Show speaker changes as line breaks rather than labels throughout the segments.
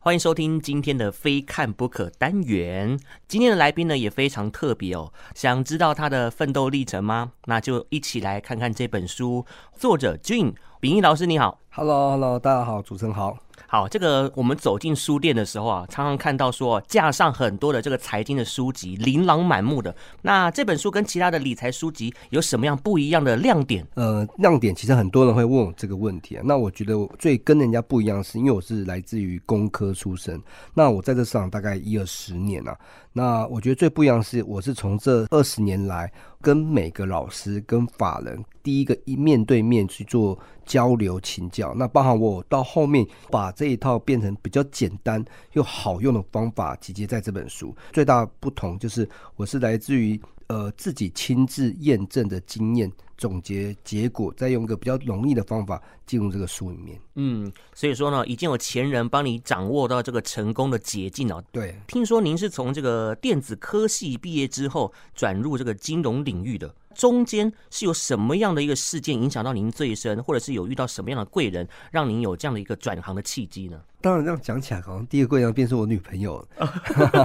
欢迎收听今天的非看不可单元。今天的来宾呢也非常特别哦，想知道他的奋斗历程吗？那就一起来看看这本书。作者俊秉义老师，你好。
Hello，Hello，大家好，主持人好。
好，这个我们走进书店的时候啊，常常看到说架上很多的这个财经的书籍，琳琅满目的。那这本书跟其他的理财书籍有什么样不一样的亮点？
呃，亮点其实很多人会问我这个问题啊。那我觉得我最跟人家不一样，是因为我是来自于工科出身。那我在这市场大概一二十年啊。那我觉得最不一样是，我是从这二十年来跟每个老师、跟法人第一个一面对面去做交流请教。那包含我到后面把这一套变成比较简单又好用的方法集结在这本书。最大不同就是，我是来自于呃自己亲自验证的经验。总结结果，再用一个比较容易的方法进入这个书里面。
嗯，所以说呢，已经有前人帮你掌握到这个成功的捷径哦。
对，
听说您是从这个电子科系毕业之后转入这个金融领域的，中间是有什么样的一个事件影响到您最深，或者是有遇到什么样的贵人，让您有这样的一个转行的契机呢？
当然这样讲起来，好像第一个贵人便是我女朋友了，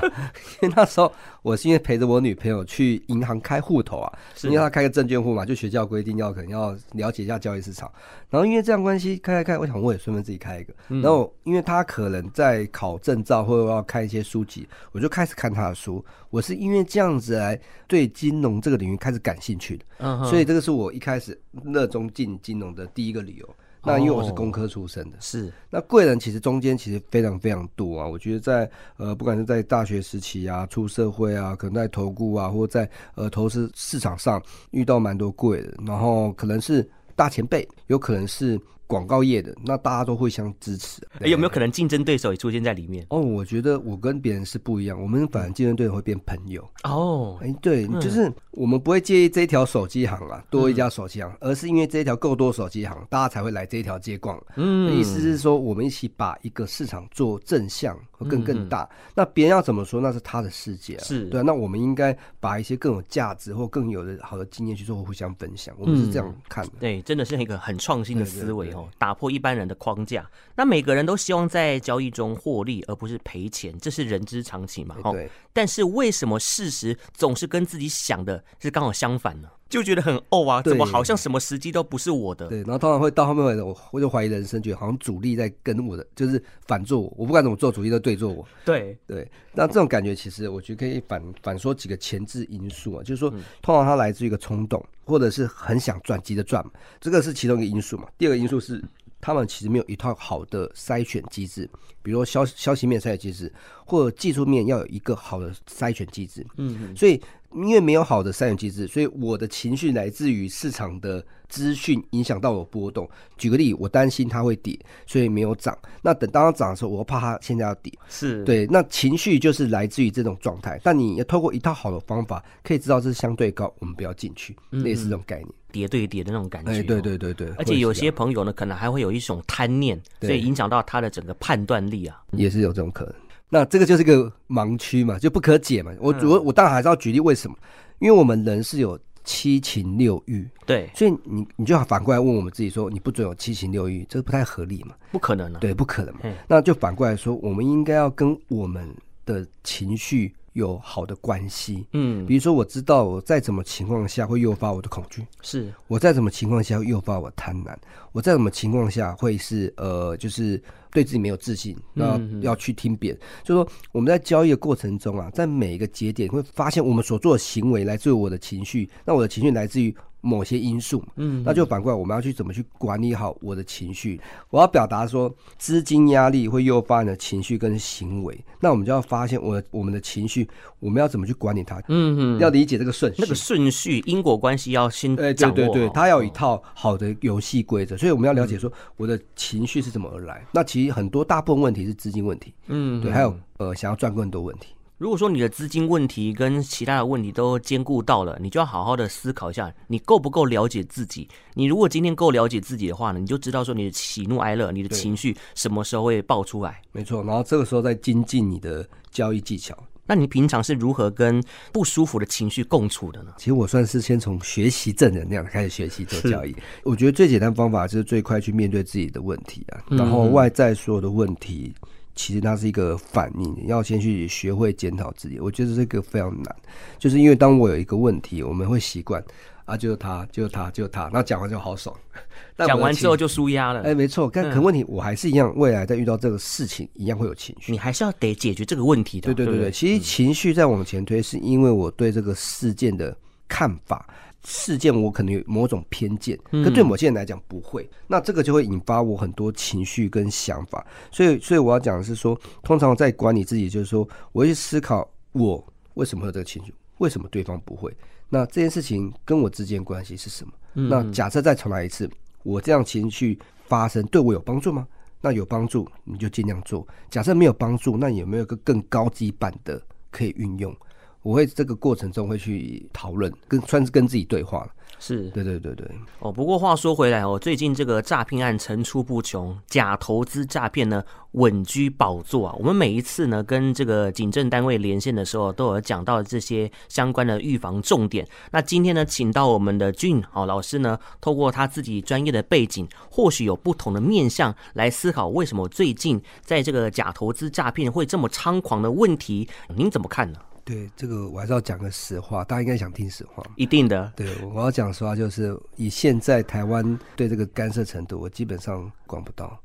因为那时候我是因为陪着我女朋友去银行开户头啊，
是
因为她开个证券户嘛，就学校规定要可能要了解一下交易市场，然后因为这样关系开开开，我想我也顺便自己开一个，
嗯
然后因为她可能在考证照或者要看一些书籍，我就开始看她的书，我是因为这样子来对金融这个领域开始感兴趣的，
嗯哼
所以这个是我一开始热衷进金融的第一个理由。那因为我是
哦
工科出身的，
是，
那贵人其实中间其实非常非常多啊，我觉得在呃，不管是在大学时期啊、出社会啊，可能在投顾啊，或在呃投资市场上遇到蛮多贵人，然后可能是大前辈，有可能是广告业的，那大家都互相支持。
哎有没有可能竞争对手也出现在里面？
哦，我觉得我跟别人是不一样，我们反而竞争对手会变朋友。
哦，
哎、对，就是我们不会介意这一条手机行啊，多一家手机行，而是因为这一条够多手机行，大家才会来这一条街逛。
嗯
意思是说，我们一起把一个市场做正向和更更大。那别人要怎么说，那是他的世界、啊，
嗯是
对啊、那我们应该把一些更有价值或更有的好的经验去做互相分享。我们是这样
嗯
看的。
对，真的是一个很创新的思维
对对
哦，打破一般人的框架。那每个人都希望在交易中获利，而不是赔钱，这是人之常情嘛。
哎
哦，
对，
但是为什么事实总是跟自己想的是刚好相反呢？就觉得很哦啊，
对
怎么好像什么时机都不是我的？
对，然后通常会到后面我我就怀疑人生，觉得好像主力在跟我的，就是反做我，我不管怎么做，主力都对做我。
对，
对，那这种感觉其实我觉得可以反反说几个前置因素啊，就是说，通常它来自于一个冲动，或者是很想转急的转，这个是其中一个因素嘛。第二个因素是他们其实没有一套好的筛选机制，比如说消消息面筛选机制，或者技术面要有一个好的筛选机制。嗯，所以因为没有好的筛选机制，所以我的情绪来自于市场的资讯影响到我波动。举个例，我担心它会跌，所以没有涨。那等当它涨的时候，我又怕它现在要跌。
是，，
对，那情绪就是来自于这种状态，但你要透过一套好的方法，可以知道这是相对高，我们不要进去，
嗯
类似这种概念。
叠对叠的那种感觉、
哎，对。对对对，
哦而
会
且
是
有
这
些
样
朋友呢，可能还会有一种贪念，所
对
以影响到他的整个判断力啊。
也是有这种可能。那这个就是个盲区嘛，就不可解嘛。
嗯
我我我当然还是要举例为什么，因为我们人是有七情六欲，
对，
所以你你就要反过来问我们自己说，你不准有七情六欲，这不太合理嘛？
不可能啊。
对，不可能嘛
嗯。
那就反过来说，我们应该要跟我们的情绪有好的关系。
嗯，
比如说，我知道我在什么情况下会诱发我的恐惧，
是，
我在什么情况下会诱发我贪婪，我在什么情况下会是呃，就是对自己没有自信，那要去听别人。就说我们在交易的过程中啊，在每一个节点会发现我们所做的行为来自于我的情绪，那我的情绪来自于。某些因素，嗯，那就反过来，我们要去怎么去管理好我的情绪？我要表达说，资金压力会诱发你的情绪跟行为，那我们就要发现我的我们的情绪，我们要怎么去管理它？
嗯，
要理解这个顺序，
那个顺序因果关系要先
哎，
掌
对
握好。哦嗯
对对，它要有一套好的游戏规则，所以我们要了解说我的情绪是怎么而来。那其实很多大部分问题是资金问题，
嗯，
对，还有呃想要赚更多问题。
如果说你的资金问题跟其他的问题都兼顾到了，你就要好好的思考一下，你够不够了解自己。你如果今天够了解自己的话呢，你就知道说你的喜怒哀乐、你的情绪什么时候会爆出来。
没错，然后这个时候再精进你的交易技巧。
那你平常是如何跟不舒服的情绪共处的呢？
其实我算是先从学习证人那样开始学习做交易。我
嗯
觉得最简单方法就是最快去面对自己的问题啊，然后外在所有的问题。其实它是一个反应，你要先去学会检讨自己。我觉得这个非常难，就是因为当我有一个问题，我们会习惯啊，就是他，就是他，就是他，那讲完就好爽。 但我
讲
的
完
情
之后就嗯舒压了。
哎，没错，但可问题我还是一样，未来在遇到这个事情一样会有情绪。
你还是要得解决这个问题的，
对对
对
对
不
对，其实情绪在往前推，是因为我对这个事件的看法。事件我可能有某种偏见，可对某些人来讲不会，那这个就会引发我很多情绪跟想法。所以，所以我要讲的是说，通常在管理自己，就是说，我会去思考我为什么会有这个情绪，为什么对方不会，那这件事情跟我之间关系是什么？那假设再重来一次，我这样情绪发生对我有帮助吗？那有帮助你就尽量做，假设没有帮助，那有没有一个更高级版的可以运用？我会这个过程中会去讨论，跟算是跟自己对话了。
是
对对对对，
哦。不过话说回来哦，最近这个诈骗案层出不穷，假投资诈骗呢稳居宝座啊。我们每一次呢跟这个警政单位连线的时候，都有讲到这些相关的预防重点。那今天呢，请到我们的俊好、老师呢，透过他自己专业的背景，或许有不同的面向来思考为什么最近在这个假投资诈骗会这么猖狂的问题，您怎么看呢？
对这个我还是要讲个实话，大家应该想听实话。
一定的，
对，我要讲实话，就是以现在台湾对这个干涉程度，我基本上管不到。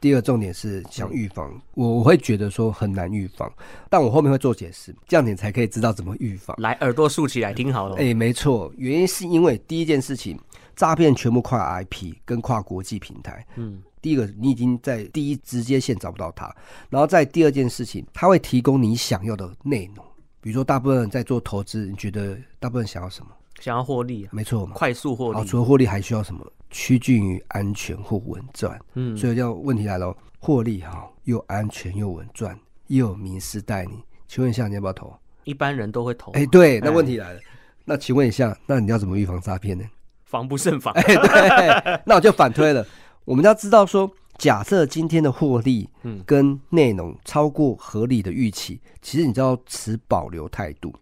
第二重点是想预防，我我会觉得说很难预防，但我后面会做解释，这样你才可以知道怎么预防。
来耳朵竖起来听好了。哦
哎、没错，原因是因为第一件事情，诈骗全部跨 IP 跟跨国际平台。嗯，第一个你已经在第一直接线找不到他，然后在第二件事情，他会提供你想要的内容，比如说大部分人在做投资，你觉得大部分人想要什么？
想要获利啊、
没错嘛，
快速获利，
好，哦除了获利还需要什么？趋近于安全或稳赚。
嗯
所以要问题来了，哦获利哈又安全又稳赚，又有名师带你，请问一下你要不要投？
一般人都会投，
哎、对，那
哎
问题来了，那请问一下，那你要怎么预防诈骗呢？
防不胜防。
哎、对， 那我就反推了。我们要知道说，假设今天的获利，嗯，跟内容超过合理的预期，其实你就要持保留态度。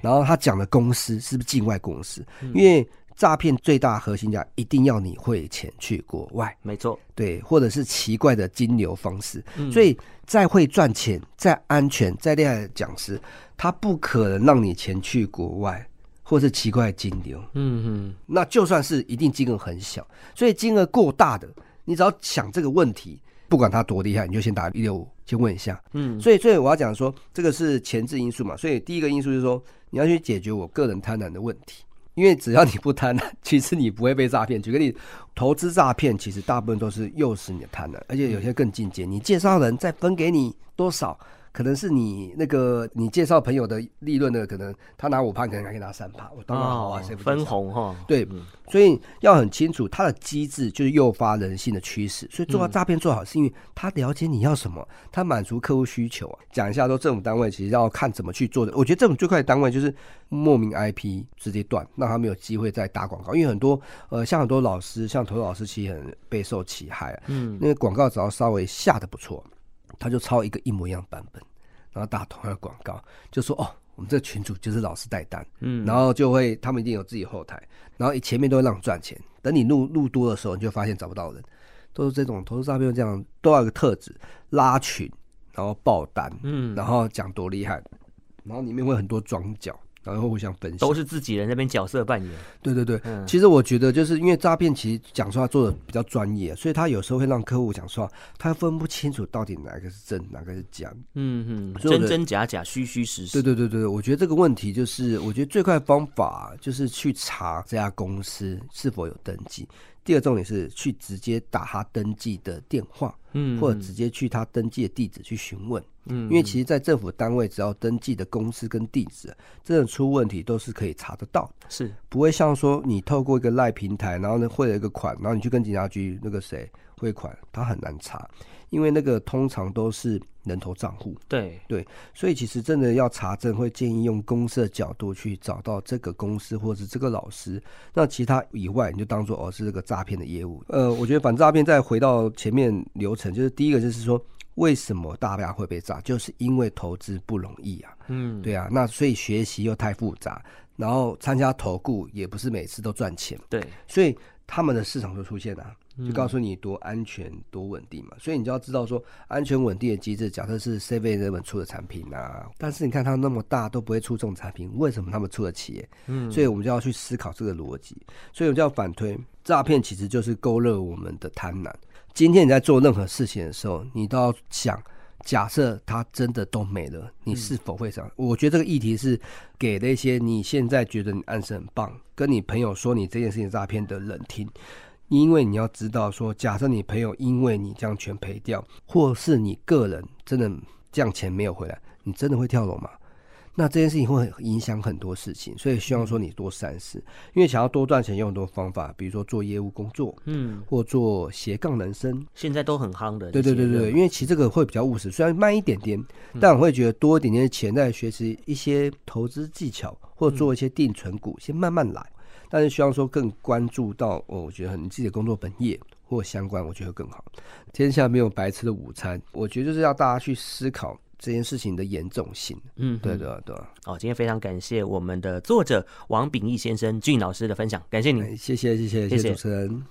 然后他讲的公司是不是境外公司？因为诈骗最大的核心价一定要你汇钱去国外，
没错，
对，或者是奇怪的金流方式。所以再会赚钱、再安全、再厉害的讲师，他不可能让你钱去国外，或是奇怪的金流。
嗯嗯，
那就算是一定金额很小，所以金额过大的，你只要想这个问题，不管他多厉害，你就先打一六五，先问一下。
嗯，
所以所以我要讲说，这个是前置因素嘛，所以第一个因素就是说，你要去解决我个人贪婪的问题。因为只要你不贪婪， 其实你不会被诈骗。举个例子，投资诈骗其实大部分都是诱使你的贪婪，而且有些更进阶，你介绍人再分给你多少，可能是你那个你介绍朋友的利润的，可能他拿五趴，可能还可以拿三趴，我当然好啊，
哦
谁不介
分
绍
红哈？
对，所以要很清楚它的机制就是诱发人性的驱使。所以做到诈骗做好，是因为他了解你要什么，他满足客户需求啊。讲一下说政府单位其实要看怎么去做的。我觉得政府最快的单位就是莫名 IP 直接断，让他没有机会再打广告。因为很多呃，像很多老师，像投资老师其实很备受其害、啊。嗯，那个广告只要稍微下的不错，他就抄一个一模一样版本，然后打同样的广告，就说哦。我们这个群主就是老师带单，嗯，然后就会他们一定有自己后台，然后前面都会让你赚钱，等你录录多的时候，你就发现找不到人，都是这种投资诈骗这样，都要有个特质，拉群，然后爆单，嗯，然后讲多厉害，然后里面会很多装脚，然后会互相分析，
都是自己人那边角色扮演，
对对对，其实我觉得就是因为诈骗，其实讲实话做的比较专业，所以他有时候会让客户讲实话，他分不清楚到底哪个是真，哪个是假，
嗯嗯，
所以
真
我觉得
真假假，虚虚实实。
对对对对，我觉得这个问题就是，我觉得最快的方法就是去查这家公司是否有登记。第二重点是去直接打他登记的电话，
嗯，
或者直接去他登记的地址去询问。嗯，因为其实，在政府单位只要登记的公司跟地址，真的出问题都是可以查得到的，
是
不会像说你透过一个赖平台，然后呢汇了一个款，然后你去跟警察局那个谁汇款，他很难查，因为那个通常都是人头账户。
对，
所以其实真的要查证，会建议用公司的角度去找到这个公司或是这个老师。那其他以外，你就当做哦是这个诈骗的业务。呃，我觉得反诈骗再回到前面流程，就是第一个就是说，为什么大家会被诈，就是因为投资不容易啊。
嗯，
对啊，那所以学习又太复杂，然后参加投顾也不是每次都赚钱，
对，
所以他们的市场就出现了、啊就告诉你多安全、多稳定嘛。所以你就要知道说，安全稳定的机制，假设是 Seven Eleven 出的产品啊，但是你看它那么大都不会出这种产品，为什么他们出得起？嗯，所以我们就要去思考这个逻辑。所以我们就要反推，诈骗其实就是勾勒我们的贪婪。今天你在做任何事情的时候，你都要想。假设它真的都没了，你是否会想？我觉得这个议题是给那些你现在觉得你暗示很棒，跟你朋友说你这件事情诈骗的人听，因为你要知道说，假设你朋友因为你这样全赔掉，或是你个人真的这样钱没有回来，你真的会跳楼吗？那这件事情会影响很多事情，所以希望说你多三思，因为想要多赚钱有很多方法，比如说做业务工作，
嗯，
或做斜杠人生，
现在都很夯的。
对对对对，因为其实这个会比较务实，虽然慢一点点，
嗯
但我会觉得多一点点钱在学习一些投资技巧，或做一些定存股，
嗯
先慢慢来。但是希望说更关注到，哦，我觉得你自己的工作本业或相关，我觉得更好。天下没有白吃的午餐，我觉得就是要大家去思考这件事情的严重性。
嗯，
对对对，哎
哦，今天非常感谢我
哎
们的作者王炳义先生俊老师的分享，感谢您。
谢谢谢谢谢
谢谢
谢主持人。